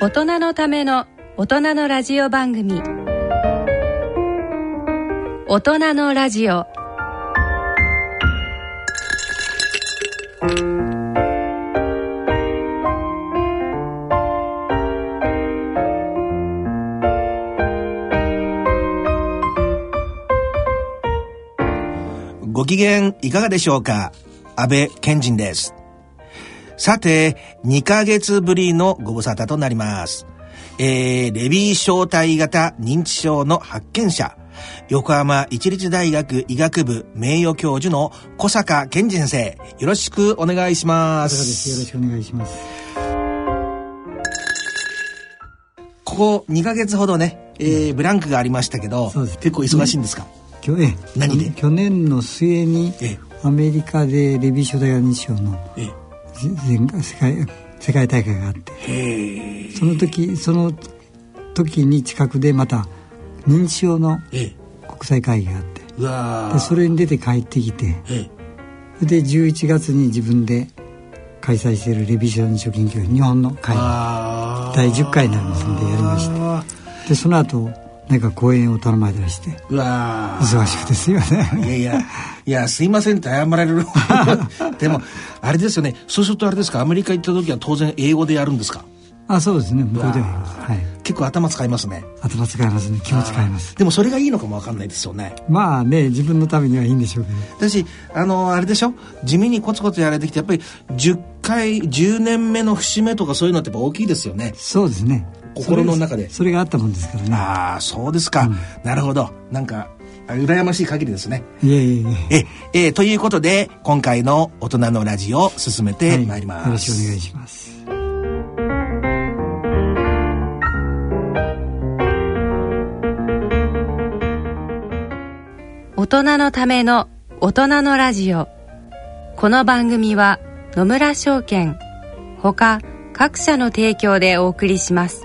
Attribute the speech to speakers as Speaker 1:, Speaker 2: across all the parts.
Speaker 1: 大人のための大人のラジオ番組大人のラジオ
Speaker 2: ご機嫌いかがでしょうか安倍賢人です。さて、2ヶ月ぶりのご無沙汰となります。えー、レビー小体型認知症の発見者、横浜一律大学医学部名誉教授の小坂健人先生、よろしくお願いしま
Speaker 3: 小坂です。よろ
Speaker 2: す。
Speaker 3: しくお願いします。
Speaker 2: ここ2ヶ月ほどね、えー、ブランクがありましたけど、
Speaker 3: そうです
Speaker 2: 結構忙しいんですか、
Speaker 3: 去年、
Speaker 2: 何で
Speaker 3: 去年の末に
Speaker 2: ええ、
Speaker 3: アメリカでレビーショ大学認知症の
Speaker 2: え
Speaker 3: 全世界世界大会があって、
Speaker 2: えへえ
Speaker 3: その時、その時に近くでまた認知症の
Speaker 2: ええ
Speaker 3: 国際会議があって、
Speaker 2: うわー
Speaker 3: でそれに出て帰ってきて、
Speaker 2: ええ
Speaker 3: それで11月に自分で開催しているレビーショ認知症研究会日本の会
Speaker 2: あー
Speaker 3: 第10回になりますんでやりました。で、その後、なんか講演を頼まれたりして、
Speaker 2: うわー
Speaker 3: 忙しくてすいません
Speaker 2: い。やいや、いや、すいませんって謝られる。 でも、あれですよね。そうするとあれですか、アメリカ行った時は当然英語でやるんですか
Speaker 3: あそうですね向こうではやります、はい、
Speaker 2: 結構頭使いますね。
Speaker 3: 頭使いますね気も使います
Speaker 2: でもそれがいいのかもわかんないですよね。
Speaker 3: まあね自分のためにはいいんでしょうけど
Speaker 2: 私、あの、あれでしょ地味にコツコツやられてきて、やっぱり10回、10年目の節目とかそういうのってやっぱ大きいですよね。
Speaker 3: そうですね
Speaker 2: 心の中で
Speaker 3: それそれがあったもんですからね
Speaker 2: ああ、そうですか。なるほど。なんか、あ羨ましい限りですね。
Speaker 3: いえいえいえ
Speaker 2: え、えーということで、今回の大人のラジオを進めてまいります。
Speaker 3: はいよろしくお願いします
Speaker 1: 大人のための大人のラジオこの番組は野村証券ほか各社の提供でお送りします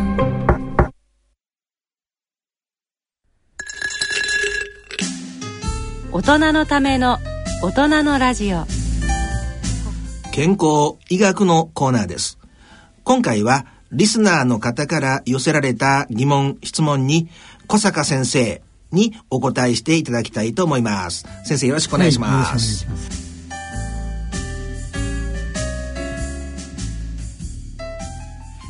Speaker 4: う
Speaker 1: 大人のための大人のラジオ
Speaker 2: 健康医学のコーナーです。今回はリスナーの方から寄せられた疑問、質問に小坂先生にお答えしていただきたいと思います。先生よろしくお願いします。
Speaker 3: はいよろしくお願いします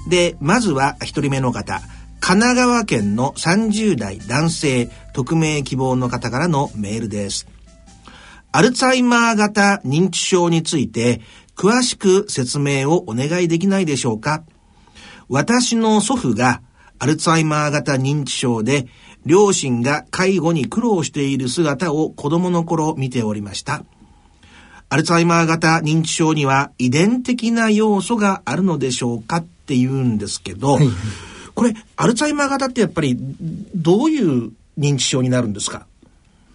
Speaker 2: で、まずは一人目の方。神奈川県の30代男性、匿名希望の方からのメールです。アルツハイマー型認知症について、詳しく説明をお願いできないでしょうか私の祖父がアルツハイマー型認知症で、両親が介護に苦労している姿を子供の頃見ておりました。アルツハイマー型認知症には遺伝的な要素があるのでしょうかって言うんですけど、
Speaker 3: はい
Speaker 2: これ、アルツハイマー型ってやっぱりどういう認知症になるんですか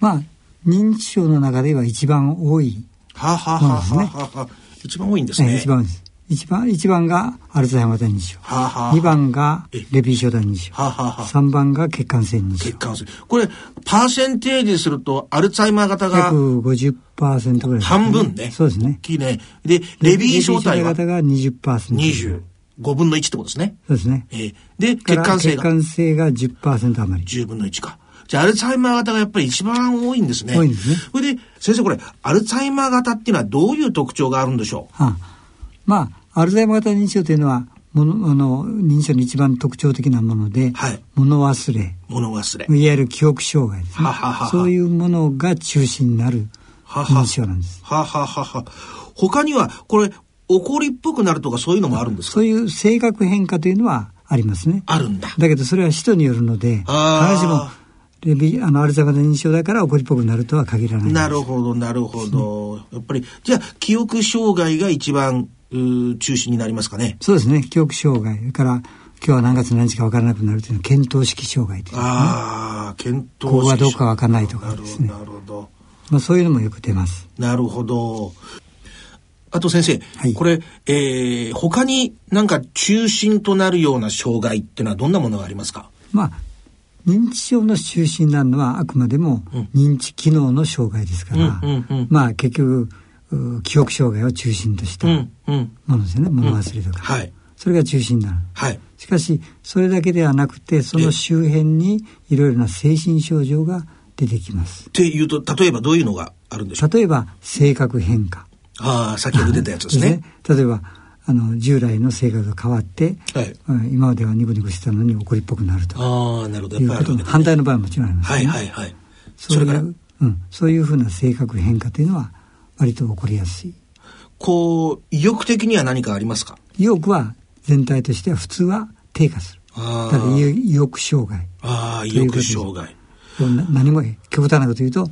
Speaker 3: まあ認知症の中では一番多い、
Speaker 2: はあ、はあはあはあはあはあ一番多いんです
Speaker 3: え
Speaker 2: ね。
Speaker 3: 一番です一番一番がアルツハイマー型認知症
Speaker 2: はあはあ
Speaker 3: 二番が
Speaker 2: え
Speaker 3: レビー症型認知症
Speaker 2: はあはあはあ
Speaker 3: 三番が血管性認知
Speaker 2: 血
Speaker 3: 症
Speaker 2: 管する。これ、パーセンテージすると、アルツハイマー型が
Speaker 3: 約50%ぐらいですね、
Speaker 2: 半分ね。
Speaker 3: そうですね
Speaker 2: 大きいね。で、レビー小体は
Speaker 3: レビー小体型が20%。
Speaker 2: 25分の1ってことですね。
Speaker 3: そうですね。
Speaker 2: えーで、
Speaker 3: だ
Speaker 2: 血
Speaker 3: から
Speaker 2: 管性が
Speaker 3: 血管性が10%余り。
Speaker 2: 10分の1か。じゃあ、アルツハイマー型がやっぱり一番多いんですね。
Speaker 3: 多いんですね
Speaker 2: それで、先生これ、アルツハイマー型っていうのはどういう特徴があるんでしょ
Speaker 3: はあ、まあアルツハイマー型認知症というのはものあの認知症の一番特徴的なもので、
Speaker 2: はい
Speaker 3: 物忘れ
Speaker 2: う物忘れ。
Speaker 3: いわゆる記憶障害ですね
Speaker 2: はははは
Speaker 3: そういうものが中心になる
Speaker 2: はは
Speaker 3: 認知症なんです
Speaker 2: はははは。他には、これ、怒りっぽくなるとかそういうのもあるんですか
Speaker 3: そういう性格変化というのはありますね
Speaker 2: あるんだ。
Speaker 3: だけどそれは人によるので必
Speaker 2: あー
Speaker 3: ずしもレビあのアルツハイマー型認知症だから怒りっぽくなるとは限らない
Speaker 2: なるほど、なるほど。やっぱり、じゃあ、記憶障害が一番、うー中心になりますかね。
Speaker 3: そうですね記憶障害それから今日は何月何日か分からなくなるというのは見当識障害という
Speaker 2: ああ、検討
Speaker 3: ここがどうかわかんないとかですね
Speaker 2: なるほど。
Speaker 3: まあ、そういうのもよく出ます。
Speaker 2: なるほど。あと先生、
Speaker 3: はい
Speaker 2: これ、えー、他になんか中心となるような障害っていうのはどんなものがありますか
Speaker 3: まあ、認知症の中心になるのはあくまでも認知機能の障害ですから、
Speaker 2: うんうんうん
Speaker 3: まあ結局、う記憶障害を中心としたも、
Speaker 2: うん。
Speaker 3: のですよね、物忘れとか、
Speaker 2: はい。
Speaker 3: それが中心になる。
Speaker 2: はい。
Speaker 3: しかし、それだけではなくて、その周辺にいろいろな精神症状が出てきます
Speaker 2: っ。ていうと、例えばどういうのがあるんでしょう
Speaker 3: 例えば、性格変化。
Speaker 2: ああ、先ほど出たやつですね。
Speaker 3: ですね例えば、あの、従来の性格が変わって、
Speaker 2: はい
Speaker 3: うん今まではニコニコしてたのに怒りっぽくなると。
Speaker 2: ああ、なるほど。
Speaker 3: い
Speaker 2: や
Speaker 3: う
Speaker 2: っぱりあ
Speaker 3: こと
Speaker 2: るん
Speaker 3: も
Speaker 2: だ
Speaker 3: 反対の場合ももちろんあります、
Speaker 2: は
Speaker 3: ね
Speaker 2: いはいはい。
Speaker 3: そう
Speaker 2: それ
Speaker 3: いう
Speaker 2: から、
Speaker 3: うん、そういうふうな性格変化というのは割と起こりやすい
Speaker 2: こう、意欲的には何かありますか
Speaker 3: 意欲は全体としては普通は低下する
Speaker 2: あ
Speaker 3: だ
Speaker 2: あ
Speaker 3: から意欲障害
Speaker 2: ああ、意
Speaker 3: という
Speaker 2: 欲
Speaker 3: ことです
Speaker 2: 障害。
Speaker 3: こうな何も極端なこと言うと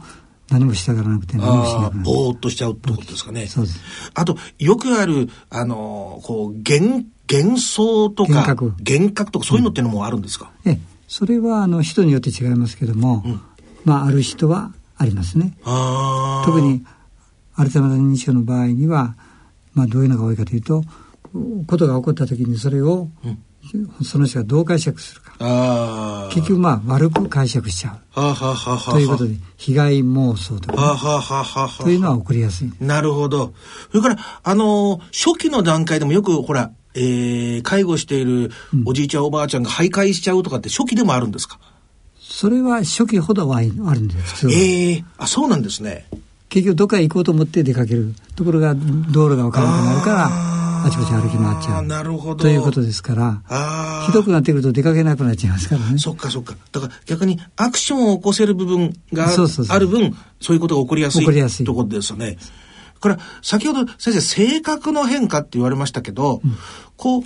Speaker 3: 何もしたがらなくて何もし
Speaker 2: あ
Speaker 3: な
Speaker 2: あ
Speaker 3: く
Speaker 2: ー、
Speaker 3: なる
Speaker 2: ぼーっとしちゃうってことですかね。
Speaker 3: そうです
Speaker 2: あと、よくある、あのー、こう、幻、幻想とか、
Speaker 3: 幻覚
Speaker 2: 幻覚とか、そういうのってのもあるんですか、
Speaker 3: ええそれはあの人によって違いますけども、まあある人はありますね
Speaker 2: ああ。
Speaker 3: 特。にアルツハイマー型認知症の場合には、まあ、どういうのが多いかというとことが起こった時にそれを、その人がどう解釈するか
Speaker 2: ああ。
Speaker 3: 結局まあ悪く解釈しちゃ
Speaker 2: はあ、はあはあはあ、
Speaker 3: うということで被害妄想と
Speaker 2: はあ
Speaker 3: か
Speaker 2: はあはあはあはあ
Speaker 3: というのは起こりやすい
Speaker 2: なるほど。それから、あのー、初期の段階でもよく、ほら、えー、介護しているおじいちゃん、おばあちゃんが徘徊しちゃうとかって初期でもあるんですか
Speaker 3: それは初期ほどはあるんです普通は
Speaker 2: ええあ、そうなんですね。
Speaker 3: 結局どっか行こうと思って出かけるところが道路が分からなくなるから
Speaker 2: あー
Speaker 3: あちこち歩き回っちゃう
Speaker 2: なるほど
Speaker 3: ということですから
Speaker 2: ああ。
Speaker 3: ひどくなってくると出かけなくなっちゃいますからね
Speaker 2: そっかそっか。だから逆にアクションを起こせる部分が
Speaker 3: そうそうそう
Speaker 2: ある分、そういうことが起こりやすい
Speaker 3: 起こりやすい
Speaker 2: ところですよね。だから先ほど先生、性格の変化って言われましたけど、こう、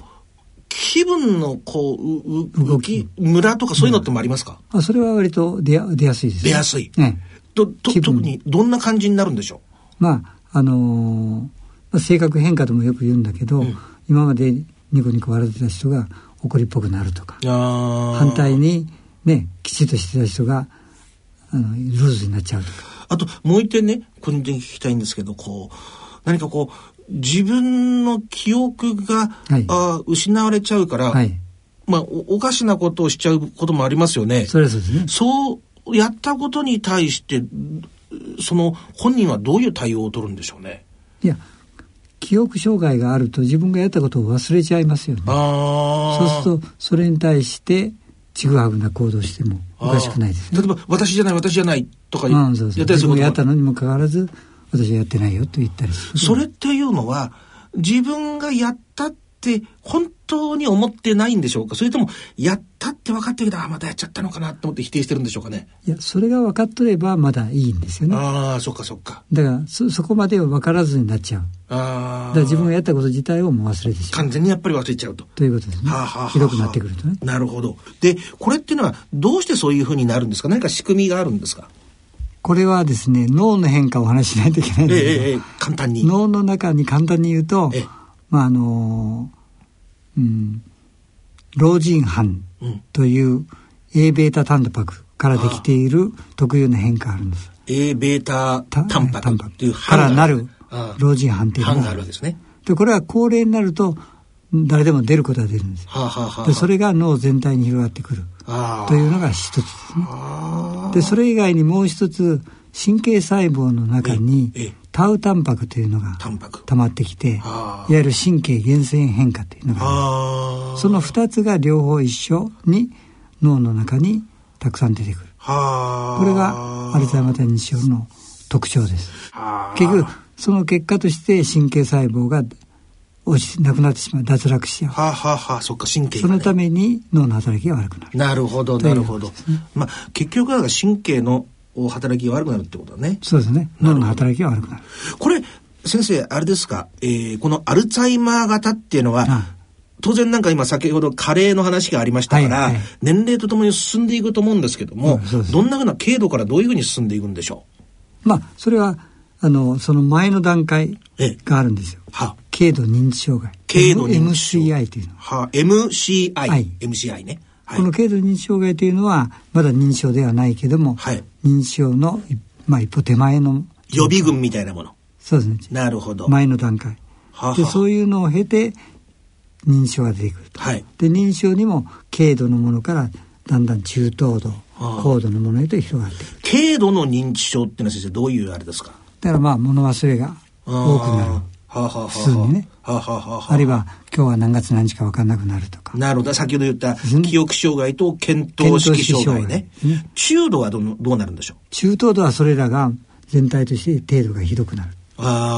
Speaker 2: 気分のこう、うう
Speaker 3: 動
Speaker 2: 浮
Speaker 3: き
Speaker 2: き、ムラとかそういうのってもありますか、
Speaker 3: あそれは割と出や出やすいです
Speaker 2: 出やすい。
Speaker 3: ね
Speaker 2: とと
Speaker 3: 気分
Speaker 2: 特にどんな感じになるんでしょ
Speaker 3: まああのーまあ性格変化ともよく言うんだけど、今までニコニコ笑ってた人が怒りっぽくなるとか
Speaker 2: うあ
Speaker 3: 反対にねきちっとしてた人があのルーズになっちゃうとか
Speaker 2: あと、もう一点ね、個人的に聞きたいんですけど、こう、何かこう、自分の記憶が、
Speaker 3: はい
Speaker 2: あー失われちゃうから、
Speaker 3: はい
Speaker 2: まあお、おかしなことをしちゃうこともありますよね。
Speaker 3: それはそうですね
Speaker 2: そうやったことに対して、その本人はどういう対応を取るんでしょうね。
Speaker 3: いや記憶障害があると自分がやったことを忘れちゃいますよね
Speaker 2: あ
Speaker 3: そう
Speaker 2: る
Speaker 3: するとそれに対してちぐはぐな行動してもおかしくないですね
Speaker 2: 例えば、私じゃない、私じゃないとか
Speaker 3: う
Speaker 2: やっ
Speaker 3: んそうそう
Speaker 2: たりすること
Speaker 3: 自分が
Speaker 2: も
Speaker 3: や
Speaker 2: あ
Speaker 3: った
Speaker 2: る
Speaker 3: のにもかかわらず私はやってないよと言ったりする
Speaker 2: それっていうのは、自分がやったって本当に思ってないんでしょうかそれとも、やったって分かってるけど、あーまたやっちゃったのかなと思って否定してるんでしょうかね。
Speaker 3: いやそれが分かっとればまだいいんですよね
Speaker 2: ああ、そっかそっか。
Speaker 3: だからそそこまでは分からずになっちゃう
Speaker 2: ああ。
Speaker 3: だから自分がやったこと自体をもう忘れてしまう
Speaker 2: 完全にやっぱり忘れちゃうと。
Speaker 3: ということですね
Speaker 2: はあはあはあはあ
Speaker 3: ひどくなってくるとね
Speaker 2: なるほど。で、これっていうのは、どうしてそういうふうになるんですか何か仕組みがあるんですか
Speaker 3: これはですね脳の変化をお話ししないといけないん
Speaker 2: え
Speaker 3: だ
Speaker 2: え
Speaker 3: けど、
Speaker 2: ええ、ええ簡単に。
Speaker 3: 脳の中に簡単に言うと
Speaker 2: ええ
Speaker 3: まああのうん老人斑
Speaker 2: うん
Speaker 3: という Aβ タンパクからできている特有の変化があるんです
Speaker 2: A ベータ
Speaker 3: た
Speaker 2: タンパクっていう
Speaker 3: からなる
Speaker 2: ああ
Speaker 3: 老人斑というの
Speaker 2: 班
Speaker 3: が
Speaker 2: が
Speaker 3: あ
Speaker 2: あ
Speaker 3: る
Speaker 2: るわけですね。
Speaker 3: でこれは高齢になると誰でも出ることが出るんです
Speaker 2: はあ、はあはあ、
Speaker 3: でそれが脳全体に広がってくる
Speaker 2: ああ
Speaker 3: というのが一つですね
Speaker 2: ああ
Speaker 3: でそれ以外にもう一つ神経細胞の中に
Speaker 2: ええ
Speaker 3: タウタンパクというのが
Speaker 2: タンパク。
Speaker 3: 溜まってきてい
Speaker 2: あ
Speaker 3: わ
Speaker 2: ー
Speaker 3: ゆる神経源泉変化というのがある
Speaker 2: ああ。
Speaker 3: その二つが両方一緒に脳の中にたくさん出てくる
Speaker 2: はあ。
Speaker 3: これがアルツハイマー型認知症の特徴です
Speaker 2: はあ
Speaker 3: 結局その結果として神経細胞が落ちなくなってしまう脱落しちゃ
Speaker 2: はあ、はあはあ、そっか、神経
Speaker 3: う
Speaker 2: が
Speaker 3: そ
Speaker 2: ね、
Speaker 3: のために脳の働きが悪くなる
Speaker 2: なるほど、
Speaker 3: とい
Speaker 2: な
Speaker 3: う
Speaker 2: るほど。まあ、結局は神経のお働きが悪くなるってことだね。
Speaker 3: そうですね脳の働きが悪くなる
Speaker 2: これ、先生、あれですか、えーこのアルツハイマー型っていうのは、
Speaker 3: あ
Speaker 2: 当然なんか今先ほど加齢の話がありましたから、
Speaker 3: はいはい
Speaker 2: 年齢とともに進んでいくと思うんですけども、
Speaker 3: うんそうです
Speaker 2: どんなふうな軽度からどういうふうに進んでいくんでしょ
Speaker 3: まあそれはあのその前の段階
Speaker 2: ええ
Speaker 3: があるんですよ
Speaker 2: うは、
Speaker 3: 軽度認知障害
Speaker 2: 軽度認知障
Speaker 3: MCI というの
Speaker 2: は、MCI、
Speaker 3: はい
Speaker 2: MCI ね。はい
Speaker 3: この軽度認知障害というのはまだ認知症ではないけども、
Speaker 2: はい
Speaker 3: 認知症の、いまあ、一歩手前の
Speaker 2: 予備軍みたいなもの。
Speaker 3: そうですね
Speaker 2: なるほど。
Speaker 3: 前の段階
Speaker 2: はは
Speaker 3: でそういうのを経て認知症が出てくると
Speaker 2: はい。
Speaker 3: で認知症にも軽度のものからだんだん中等度
Speaker 2: あ
Speaker 3: 高度のものへと広がっていく
Speaker 2: 軽度の認知症っていうのは先生、どういうあれですか
Speaker 3: だからまあ物忘れが多くな
Speaker 2: あ
Speaker 3: る
Speaker 2: ーはあはあはあ、
Speaker 3: 普通にね
Speaker 2: はあはあはあはあ
Speaker 3: あるいは今日は何月何日か分かんなくなるとか
Speaker 2: なるほど。先ほど言った
Speaker 3: ですね
Speaker 2: 記憶障害と検討式障害ね
Speaker 3: 検討式障
Speaker 2: 中
Speaker 3: 害。
Speaker 2: 度はどのどうなるんでしょう
Speaker 3: 中等度はそれらが全体として程度がひどくなる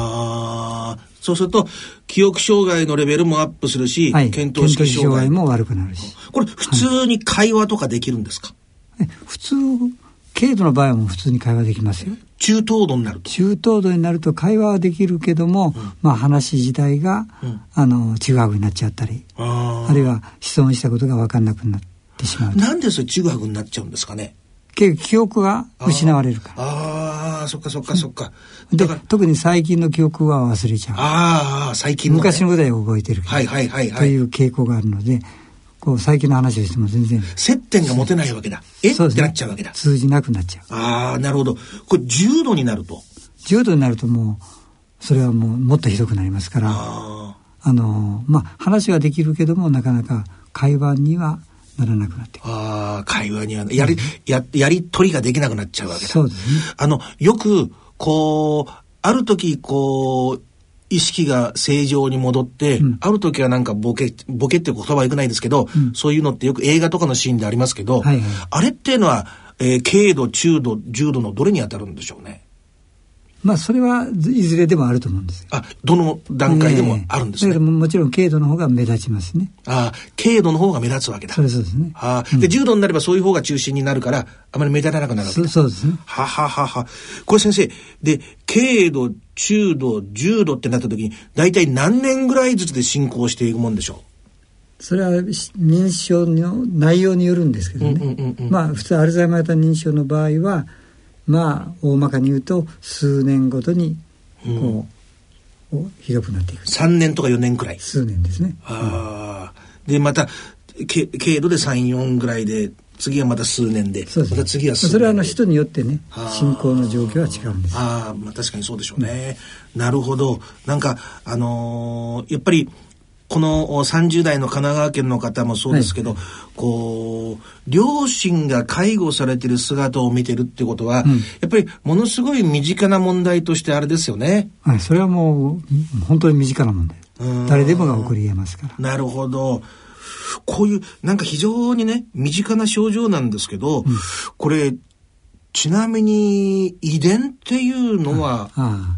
Speaker 2: ああ、そうすると、記憶障害のレベルもアップするし、
Speaker 3: はい
Speaker 2: 検討式
Speaker 3: 検
Speaker 2: 障害も。
Speaker 3: も悪くなるし
Speaker 2: これ、普通に会話とかできるんですか、
Speaker 3: え普通軽度の場合はもう普通に会話できますよ
Speaker 2: 中等度になると。
Speaker 3: 中等度になると会話はできるけども、まあ話自体が、
Speaker 2: うん
Speaker 3: あの中学になっちゃったり
Speaker 2: あ
Speaker 3: あるいは質問したことが分かんなくなってしまう
Speaker 2: あ。なんでそれ中学になっちゃうんですかね
Speaker 3: 結局記憶が失われるから
Speaker 2: ああ、そっかそっかそっか。
Speaker 3: で
Speaker 2: だから、
Speaker 3: 特に最近の記憶は忘れちゃう
Speaker 2: ああ、最近のね、
Speaker 3: 昔のことは覚えてるけど、
Speaker 2: はいはいはいは
Speaker 3: とい
Speaker 2: い。
Speaker 3: う傾向があるのでこう最近の話をしても全然
Speaker 2: 接点が持てないわけだ。え、
Speaker 3: そう
Speaker 2: ってなっちゃうわけだ。
Speaker 3: 通じなくなっちゃう
Speaker 2: ああ、なるほど。これ、重度になると。
Speaker 3: 重度になるともうそれはもうもっとひどくなりますから
Speaker 2: あ
Speaker 3: あのまあ話はできるけどもなかなか会話にはならなくなってくる
Speaker 2: あー、会話には、やり、や、やりとりができなくなっちゃうわけだ。
Speaker 3: そうですね
Speaker 2: あの、よく、こう、ある時、こう、意識が正常に戻って、
Speaker 3: うん
Speaker 2: ある時はなんかボケ、ボケって言葉は良くないですけど、
Speaker 3: うん
Speaker 2: そういうのってよく映画とかのシーンでありますけど、
Speaker 3: はいはい
Speaker 2: あれっていうのは、えー軽度、中度、重度のどれに当たるんでしょうね。
Speaker 3: まあそれはいずれでもあると思うんですよ
Speaker 2: あ、どの段階でもあるんです
Speaker 3: ええ
Speaker 2: ね。
Speaker 3: だけどももちろん軽度の方が目立ちますね
Speaker 2: ああ、軽度の方が目立つわけだ。
Speaker 3: それそうですね
Speaker 2: ああ、で、重度になればそういう方が中心になるから、あまり目立たなくなるわけ
Speaker 3: そ
Speaker 2: だ。
Speaker 3: そうですね
Speaker 2: はははは。これ先生、で、軽度、中度、重度ってなった時に、大体何年ぐらいずつで進行していくもんでしょ
Speaker 3: それはし認知症の内容によるんですけどね、
Speaker 2: うんうんうんうん
Speaker 3: まあ普通アルツハイマー型認知症の場合はまあ大まかに言うと数年ごとにこう、おひどくなっていく
Speaker 2: う ?3 年とか4年くらい。
Speaker 3: 数年ですね
Speaker 2: ああ。で、また、け軽度で3、4ぐらいで、次はまた数年で、
Speaker 3: そうです
Speaker 2: ま
Speaker 3: ね
Speaker 2: た次は数年で。
Speaker 3: それはあの人によってね
Speaker 2: あー
Speaker 3: 進行の状況は違うんです
Speaker 2: ああ、まあ確かにそうでしょうね。なるほど。なんか、あのーやっぱり、このお30代の神奈川県の方もそうですけど、こう、両親が介護されてる姿を見てるってことは、
Speaker 3: うん
Speaker 2: やっぱりものすごい身近な問題としてあれですよね。
Speaker 3: はい、それはもう本当に身近な問題
Speaker 2: うん
Speaker 3: 誰でもが起こり得ますから
Speaker 2: なるほど。こういう、なんか非常にね、身近な症状なんですけど、これ、ちなみに遺伝っていうのは、
Speaker 3: ああ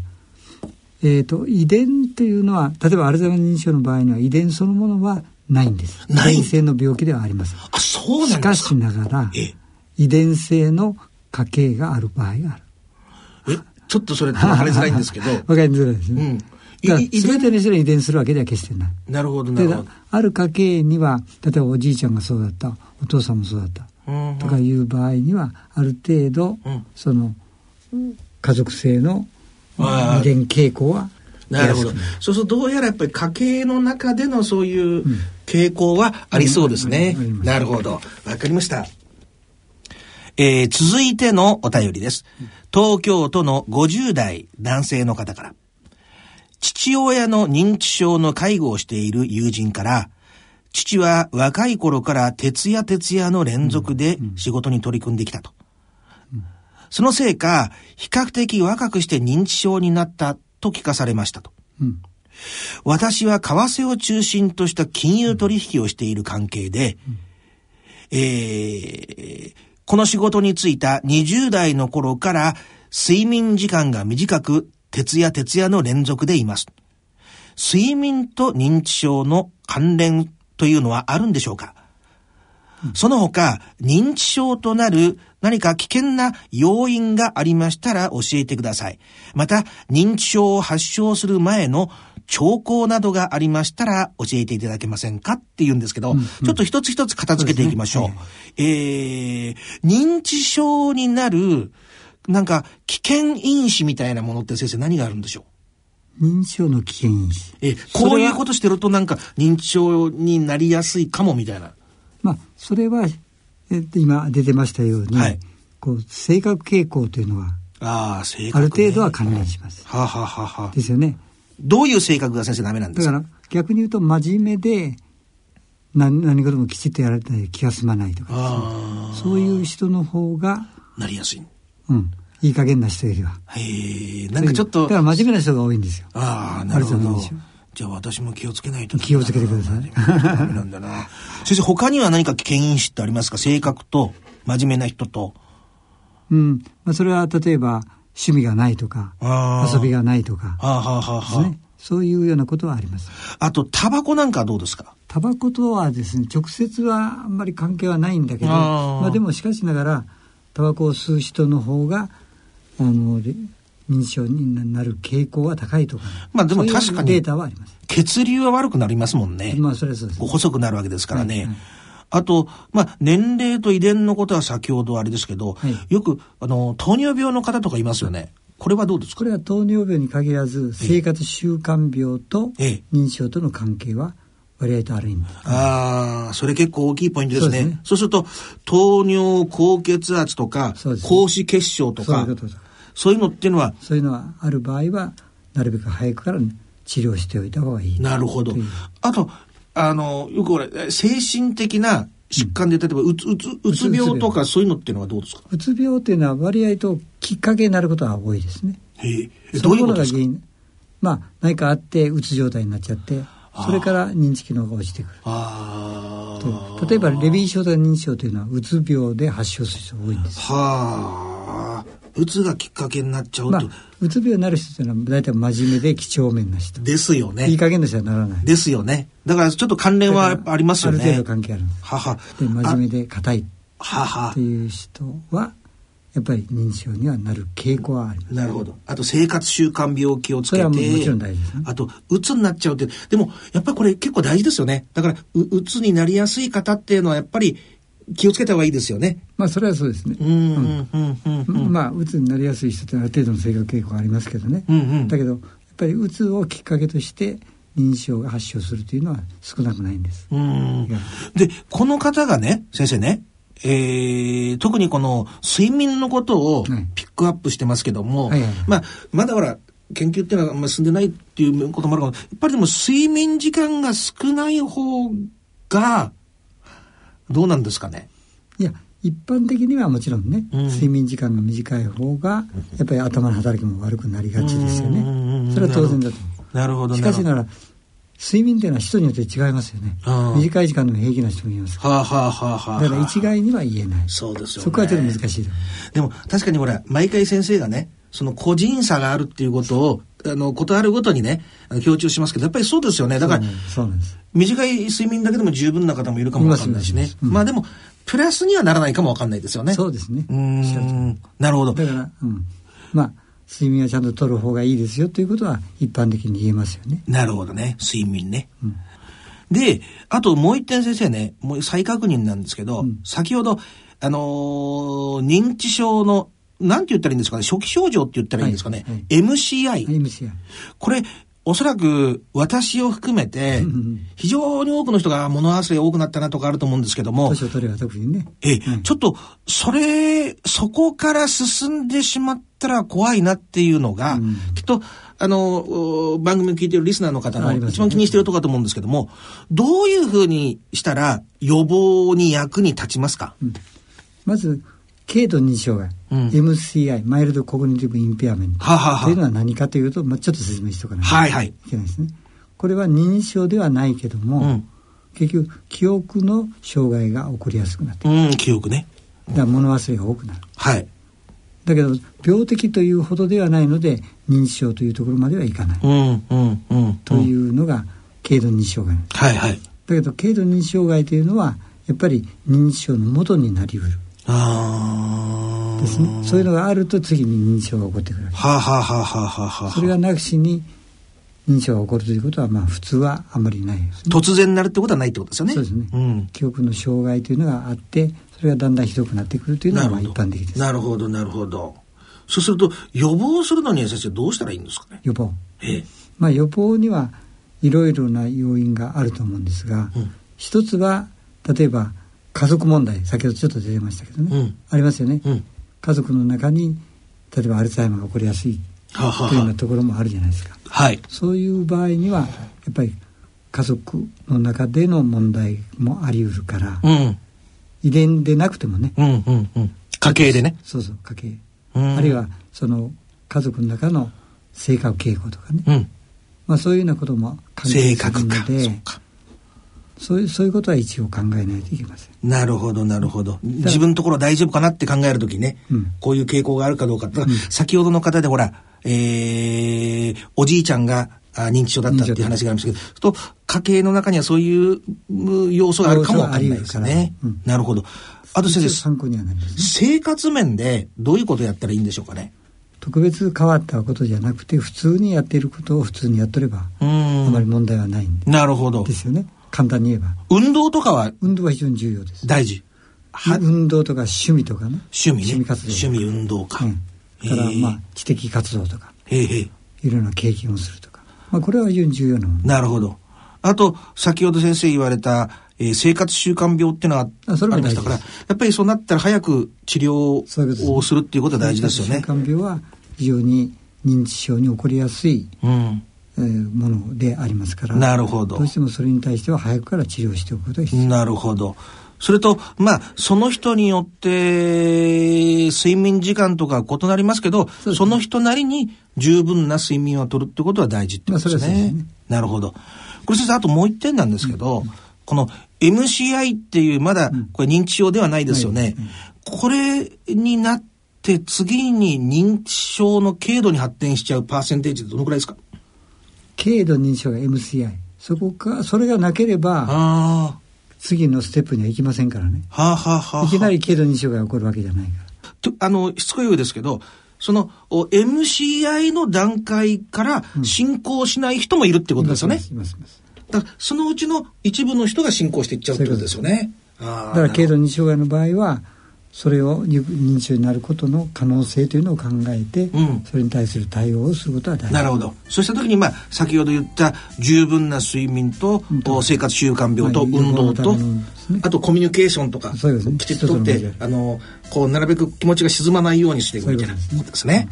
Speaker 3: えー、と遺伝というのは例えばアルツハイマー認知症の場合には遺伝そのものはないんです
Speaker 2: ない
Speaker 3: 遺伝性の病気ではありません
Speaker 2: あ、そうな
Speaker 3: し
Speaker 2: んで
Speaker 3: か
Speaker 2: すか。
Speaker 3: しながら
Speaker 2: ええ
Speaker 3: 遺伝性の家系がある場合がある。
Speaker 2: え、ちょっとそれ分かりづらいんですけど
Speaker 3: わかりづらいです
Speaker 2: う
Speaker 3: ね
Speaker 2: ん、い
Speaker 3: だから
Speaker 2: い遺
Speaker 3: 全
Speaker 2: 伝
Speaker 3: ての人に遺伝するわけでは決してない
Speaker 2: なるほど、な
Speaker 3: で
Speaker 2: るほど。
Speaker 3: ある家系には例えばおじいちゃんがそうだったお父さんもそうだった
Speaker 2: うんうん
Speaker 3: とかいう場合にはある程度、
Speaker 2: うん
Speaker 3: その家族性の
Speaker 2: あー
Speaker 3: 遺伝傾向は
Speaker 2: なるほど
Speaker 3: 出やすくなる。
Speaker 2: そうすると、どうやらやっぱり家計の中でのそういう傾向はありそうですね。
Speaker 3: うんうん
Speaker 2: なるほど。わかりました。えー、続いてのお便りです。東京都の50代男性の方から。父親の認知症の介護をしている友人から、父は若い頃から徹夜徹夜の連続で仕事に取り組んできたと。そのせいか、比較的若くして認知症になったと聞かされましたと。
Speaker 3: うん
Speaker 2: 私は為替を中心とした金融取引をしている関係で、えーこの仕事に就いた20代の頃から睡眠時間が短く、徹夜徹夜の連続でいます。睡眠と認知症の関連というのはあるんでしょうか、その他、認知症となる何か危険な要因がありましたら教えてください。また、認知症を発症する前の兆候などがありましたら教えていただけませんかっていうんですけど、ちょっと一つ一つ片付けていきましょう。えー、認知症になる、なんか危険因子みたいなものって先生何があるんでしょう
Speaker 3: 認知症の危険因子。
Speaker 2: えーこういうことしてるとなんか認知症になりやすいかもみたいな。
Speaker 3: まあ、それは、えっと今出てましたように、
Speaker 2: はい
Speaker 3: こう性格傾向というのは、
Speaker 2: ああ、性格、
Speaker 3: あ
Speaker 2: ね。
Speaker 3: る程度は関連します。
Speaker 2: はあはあはあはあ
Speaker 3: ですよね。
Speaker 2: どういう性格が先生ダメなんで
Speaker 3: だ
Speaker 2: す
Speaker 3: か、
Speaker 2: から
Speaker 3: 逆に言うと、真面目で、何何事もきちっとやられたり、気が済まないとか、
Speaker 2: あ
Speaker 3: そういう人の方が、
Speaker 2: あ、なりやすい。
Speaker 3: うん、いい加減な人よりは。
Speaker 2: へえ、なんかちょっと
Speaker 3: だか、ら真面目な人が多いんですよ。
Speaker 2: ああ、なるほ
Speaker 3: あれじゃない
Speaker 2: ど
Speaker 3: でしょ。
Speaker 2: じゃあ私も気をつけないと。
Speaker 3: 気をつけてください
Speaker 2: ダメなんだな。先生、他には何か危険因子ってありますか性格と、真面目な人と。
Speaker 3: うん。まあ、それは、例えば、趣味がないとか、
Speaker 2: あー
Speaker 3: 遊びがないとか、
Speaker 2: はあはあはあ
Speaker 3: です
Speaker 2: は
Speaker 3: ね。そういうようなことはあります。
Speaker 2: あ。あと、タバコなんかはどうですか
Speaker 3: タバコとはですね、直接はあんまり関係はないんだけど、
Speaker 2: あー
Speaker 3: まあでもしかしながら、タバコを吸う人の方が、あの、れ認知症になる傾向は高いとか、
Speaker 2: まあでも確かに
Speaker 3: そういうデータはあります。
Speaker 2: 血流は悪くなりますもんね。
Speaker 3: まあそれはそうです。
Speaker 2: 細くなるわけですからね。
Speaker 3: はいはい
Speaker 2: あと、まあ、年齢と遺伝のことは先ほどあれですけど、
Speaker 3: はい
Speaker 2: よく、あの、糖尿病の方とかいますよね。これはどうですか
Speaker 3: これは糖尿病に限らず、生活習慣病と
Speaker 2: ええ
Speaker 3: 認知症との関係は割合とあるんです。
Speaker 2: ああ、それ結構大きいポイントですね。そ
Speaker 3: そううですね
Speaker 2: すると、糖尿、高血圧とか、
Speaker 3: そうですね
Speaker 2: 高脂血症と
Speaker 3: そうい
Speaker 2: か
Speaker 3: うことだ。
Speaker 2: そういうのっていうのは、
Speaker 3: そういうのはある場合は、なるべく早くから治療しておいた方がいい。
Speaker 2: なるほど
Speaker 3: という。
Speaker 2: あと、あの、よく俺、え精神的な疾患で、例えば、うつ、うつ、うつ病とか、そういうのっていうのはどうですか
Speaker 3: うつ病というのは割合ときっかけになることが多いですね。
Speaker 2: へええ、
Speaker 3: そ
Speaker 2: ど
Speaker 3: の
Speaker 2: ういう
Speaker 3: も
Speaker 2: ことで
Speaker 3: のが
Speaker 2: すか
Speaker 3: 原因。まあ、何かあって、うつ状態になっちゃって、それから認知機能が落ちてくる。
Speaker 2: あ
Speaker 3: と
Speaker 2: あ。
Speaker 3: いう例えば、レビー小体認知症というのは、うつ病で発症する人が多いんです。
Speaker 2: はあ、うつがきっかけになっちゃうと。
Speaker 3: まあ、うつ病になる人というのは、大体真面目で几帳面な人。
Speaker 2: ですよ
Speaker 3: いい
Speaker 2: ね。
Speaker 3: 加減な人はならない。
Speaker 2: ですよね。だからちょっと関連はやっぱありますよね。
Speaker 3: ある程度関係あるんです。
Speaker 2: はは。
Speaker 3: で、真面目で硬い
Speaker 2: あはは
Speaker 3: って。いう人は、やっぱり認知症にはなる傾向はあります。
Speaker 2: なるほど。あと生活習慣病気をつけて。
Speaker 3: それはもちろん大事ですね
Speaker 2: あと、うつになっちゃうって。でも、やっぱりこれ結構大事ですよね。だから、う、うつになりやすい方っていうのはやっぱり気をつけた方がいいですよね。
Speaker 3: まあ、それはそうですね
Speaker 2: う。ん、うん、うん、うん。
Speaker 3: まあ、うつになりやすい人ってある程度の性格傾向がありますけどね、
Speaker 2: うんうん
Speaker 3: だけどやっぱりうつをきっかけとして認知症が発症するというのは少なくないんです、
Speaker 2: うん
Speaker 3: いや
Speaker 2: で、この方がね、先生ね、えー、特にこの睡眠のことを
Speaker 3: はい
Speaker 2: ピックアップしてますけども、
Speaker 3: はいはいはい
Speaker 2: まあ、まだほら、研究っていうのはあんま進んでないっていうこともあるから、やっぱりでも睡眠時間が少ない方が、どうなんですかね。
Speaker 3: いや一般的にはもちろんね、
Speaker 2: うん
Speaker 3: 睡眠時間が短い方がやっぱり頭の働きも悪くなりがちですよ
Speaker 2: うんうんうんうん
Speaker 3: ねそれは当然だと
Speaker 2: なるほ
Speaker 3: 思
Speaker 2: ど
Speaker 3: うし
Speaker 2: な
Speaker 3: か
Speaker 2: るほ
Speaker 3: し
Speaker 2: ど。
Speaker 3: ながら睡眠っていうのは人によって違いますよね
Speaker 2: ああ
Speaker 3: 短い時間でも平気な人もいます
Speaker 2: はあ、はあはあはあはあ、
Speaker 3: だから一概には言えない
Speaker 2: そうですよね
Speaker 3: そこはちょっと難しいと
Speaker 2: でも確かにほら、毎回先生がね、その個人差があるっていうことを、あの、ことあるごとにね、あの強調しますけど、やっぱりそうですよね。だから、
Speaker 3: そうなんです
Speaker 2: 短い睡眠だけでも十分な方もいるかもわかんないし
Speaker 3: い
Speaker 2: ね
Speaker 3: ますい。ますうん
Speaker 2: まあでも、プラスにはならないかもわかんないですよね。
Speaker 3: そうですね
Speaker 2: うーん。なるほど。
Speaker 3: だから、うん、まあ睡眠はちゃんと取る方がいいですよということは一般的に言えますよね。
Speaker 2: なるほどね。睡眠ね。
Speaker 3: うん
Speaker 2: で、あともう一点先生ね、もう再確認なんですけど、
Speaker 3: うん
Speaker 2: 先ほど、あのー認知症の、なんて言ったらいいんですかね、初期症状って言ったらいいんですかね。
Speaker 3: はいはい
Speaker 2: MCI。
Speaker 3: MCI。
Speaker 2: これ、おそらく私を含めて
Speaker 3: うんうん、
Speaker 2: 非常に多くの人が物忘れ多くなったなとかあると思うんですけども、
Speaker 3: 年を取れば特にね。
Speaker 2: ええ、
Speaker 3: うん
Speaker 2: ちょっと、それ、そこから進んでしまったら怖いなっていうのが、
Speaker 3: うん
Speaker 2: きっと、あの、お番組を聞いてるリスナーの方の
Speaker 3: ありますね
Speaker 2: 一番気にしてるとこだと思うんですけども、どういうふうにしたら予防に役に立ちますか、
Speaker 3: まず、軽度認知障害、
Speaker 2: うん
Speaker 3: MCI、マイルドコグニティブインペアメント。
Speaker 2: はあはあはあ
Speaker 3: というのは何かというと、まあ、ちょっと説明しておかないと
Speaker 2: はいはい。
Speaker 3: いけないですね。これは認知症ではないけども、
Speaker 2: うん
Speaker 3: 結局、記憶の障害が起こりやすくなって、
Speaker 2: うん、記憶ね。
Speaker 3: だから物忘れが多くなる
Speaker 2: はい。
Speaker 3: だけど病的というほどではないので認知症というところまではいかない
Speaker 2: うん、うん、うん。。
Speaker 3: といううのが軽度認知障害
Speaker 2: はい、はい。
Speaker 3: だけど軽度認知障害というのはやっぱり認知症の元になりうる
Speaker 2: ああ。
Speaker 3: ですねそういうのがあると次に認知症が起こってくるわけ
Speaker 2: はあ、はあはあはあはあはあ、
Speaker 3: それがなくしに認知症が起こるということはまあ普通はあんまりないですね
Speaker 2: 突然なるってことはないってことですよね。
Speaker 3: そうですね
Speaker 2: うん。
Speaker 3: 記憶の障害というのがあってそれがだんだんひどくなってくるというの
Speaker 2: な
Speaker 3: が
Speaker 2: る
Speaker 3: まあ
Speaker 2: ほど。
Speaker 3: 一般的です
Speaker 2: なるほど、なるほど。そうすると、予防するのには先生どうしたらいいんですかね。
Speaker 3: 予防
Speaker 2: ええ。
Speaker 3: まあ予防にはいろいろな要因があると思うんですが、
Speaker 2: うん
Speaker 3: 一つは例えば家族問題先ほどちょっと出てましたけどね、
Speaker 2: うん
Speaker 3: ありますよね、
Speaker 2: うん。
Speaker 3: 家族の中に例えばアルツハイマーが起こりやすい
Speaker 2: はあ、
Speaker 3: と
Speaker 2: はあ
Speaker 3: いうよう
Speaker 2: は
Speaker 3: なところもあるじゃないですか
Speaker 2: あ、はい。
Speaker 3: そういう場合にはやっぱり家族の中での問題もあり得るから、
Speaker 2: うん。
Speaker 3: 遺伝でなくてもね
Speaker 2: うん、うん、うん。家計でね。
Speaker 3: そうそう家計、
Speaker 2: うん
Speaker 3: あるいはその家族の中の性格傾向とかね、
Speaker 2: うん。
Speaker 3: まあ、そういうようなことも関係
Speaker 2: 性
Speaker 3: する
Speaker 2: 格か。
Speaker 3: ので
Speaker 2: そうか。
Speaker 3: そういうそういうことは一応考えないといけません。
Speaker 2: なるほど、なるほど。自分のところ大丈夫かなって考えるときね、
Speaker 3: うん
Speaker 2: こういう傾向があるかどうか。だから先ほどの方でほら、えー、おじいちゃんがあ認知症だったっていう話がありましたけど、そうすると家計の中にはそういうう要素があるかもわかんないですね
Speaker 3: 要素があり得るからうん。
Speaker 2: なるほど。あと先
Speaker 3: 一応
Speaker 2: 生、
Speaker 3: 参考にはなりますね。
Speaker 2: 生活面でどういうことをやったらいいんでしょうかね。
Speaker 3: 特別変わったことじゃなくて普通にやっていることを普通にやっとれば
Speaker 2: う
Speaker 3: あまり
Speaker 2: ん。
Speaker 3: 問題はないんで
Speaker 2: なるほど
Speaker 3: で。すよね。簡単に言えば
Speaker 2: 運動とかは
Speaker 3: 運動は非常に重要です。
Speaker 2: 大事。は
Speaker 3: 運動とか趣味とかね。
Speaker 2: 趣味ね。
Speaker 3: 趣味活動。
Speaker 2: 趣味運動か。
Speaker 3: うん。だから
Speaker 2: えー
Speaker 3: まあ知的活動とか
Speaker 2: えーえー
Speaker 3: いろいろな経験をするとか、まあこれは非常に重要なもの。
Speaker 2: なるほど。あと、先ほど先生言われた、えー生活習慣病っていうのはあ
Speaker 3: あそれも
Speaker 2: り
Speaker 3: 大
Speaker 2: まし
Speaker 3: 事です
Speaker 2: たから、やっぱりそうなったら早く治
Speaker 3: そういうことです
Speaker 2: 療
Speaker 3: ね
Speaker 2: をするっていうことは大事ですよね
Speaker 3: 習。慣病は非常に認知症に起こりやすい、
Speaker 2: うん。
Speaker 3: えーものでありますから。
Speaker 2: なるほど
Speaker 3: どうしてもそれに対しては早くから治療しておくことが必要
Speaker 2: なるほど。それと、まあ、その人によって、睡眠時間とか異なりますけど、そ,、
Speaker 3: すね
Speaker 2: の人なりに十分な睡眠をとるってことは大事ってことです
Speaker 3: まあそれは
Speaker 2: ね。
Speaker 3: そうですね
Speaker 2: なるほど。これ先生、あともう一点なんですけど、この MCI っていう、まだ、これ認知症ではないですよね。これになって、次に認知症の軽度に発展しちゃうパーセンテージってどのくらいですか
Speaker 3: 軽度認知症が MCI そこかそれがなければ
Speaker 2: あ
Speaker 3: 次のステップには行きませんからね
Speaker 2: あ、はあはあはあ。
Speaker 3: いきなり軽度認知症が起こるわけじゃないから
Speaker 2: とあの、しつこいようですけど、その、お MCI の段階から進行しない人もいるってことですよね。
Speaker 3: いますいます
Speaker 2: だからそのうちの一部の人が進行していっちゃうってことですよね。あ
Speaker 3: だ
Speaker 2: あ
Speaker 3: から軽
Speaker 2: なる
Speaker 3: 度認知障害の場合はそれを認認知症になることの可能性というのを考えて、
Speaker 2: うん
Speaker 3: それに対する対応をすることは大
Speaker 2: ほ
Speaker 3: 事
Speaker 2: どなるほど。そうした時に、まあ、先ほど言った十分な睡眠と、お生活習慣病と
Speaker 3: はい
Speaker 2: 運動と、
Speaker 3: 予防のためにですね
Speaker 2: あとコミュニケーションとか、
Speaker 3: そうですね
Speaker 2: きちっと取っ
Speaker 3: 一つの
Speaker 2: て
Speaker 3: 問、題
Speaker 2: あの、こう、なるべく気持ちが沈まないようにしていくみたいな
Speaker 3: そ
Speaker 2: こ
Speaker 3: ういうことと
Speaker 2: ですね。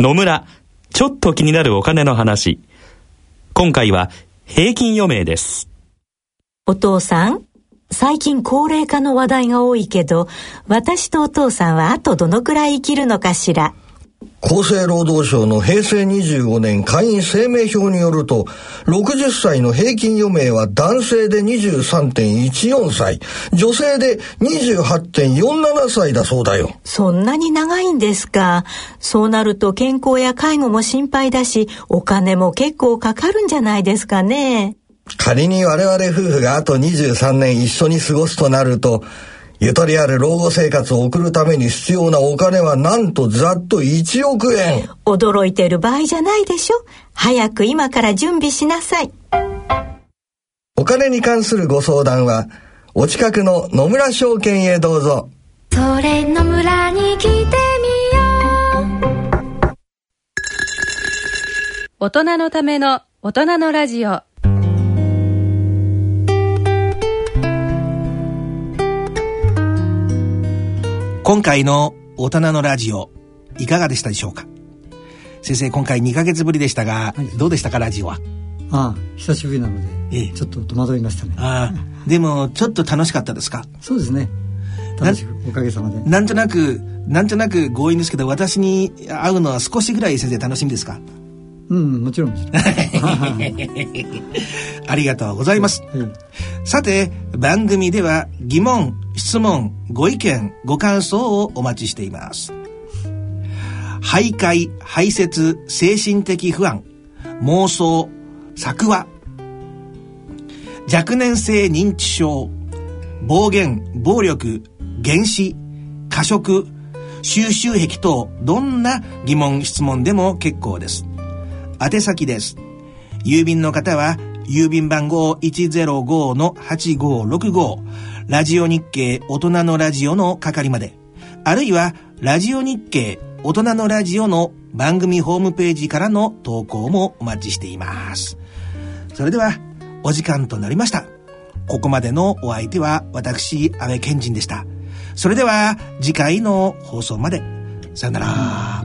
Speaker 5: 野村、ちょっと気になるお金の話。今回は平均余命です。
Speaker 6: お父さん、最近高齢化の話題が多いけど、私とお父さんはあとどのくらい生きるのかしら。
Speaker 7: 厚生労働省の平成25年会員声明表によると、60歳の平均余命は男性で23.14歳、女性で28.47歳だそうだよ。
Speaker 6: そんなに長いんですか。そうなると健康や介護も心配だし、お金も結構かかるんじゃないですかね。
Speaker 7: 仮に我々夫婦があと23年一緒に過ごすとなると、ゆとりある老後生活を送るために必要なお金はなんとざっと1億円。
Speaker 6: 驚いてる場合じゃないでしょ。早く今から準備しなさい。
Speaker 7: お金に関するご相談は、お近くの野村証券へどうぞ。
Speaker 4: それの村に来てみよう
Speaker 1: 大人のための大人のラジオ
Speaker 2: 今回の大人のラジオいかがでしたでしょうか先生、今回2ヶ月ぶりでしたが、
Speaker 3: はい
Speaker 2: どうでしたか、ラジオは。
Speaker 3: ああ久しぶりなので、
Speaker 2: ええ
Speaker 3: ちょっと戸惑いましたね
Speaker 2: ああ、でも、ちょっと楽しかったですか
Speaker 3: そうですね楽しくおかげさまで
Speaker 2: なんとなく、なんとなく強引ですけど、私に会うのは少しぐらい先生楽しみですか
Speaker 3: うんもちろんもちろんはい
Speaker 2: ありがとうございます。
Speaker 3: はい
Speaker 2: さて、番組では疑問、質問、ご意見、ご感想をお待ちしています。徘徊、排泄、精神的不安、妄想、作話、若年性認知症、暴言、暴力、原始、過食、収集癖等、どんな疑問、質問でも結構です。宛先です。郵便の方は、郵便番号105-8565、ラジオ日経大人のラジオの係まで、あるいは、ラジオ日経大人のラジオの番組ホームページからの投稿もお待ちしています。それでは、お時間となりました。ここまでのお相手は、私、安倍賢人でした。それでは、次回の放送まで。さよなら。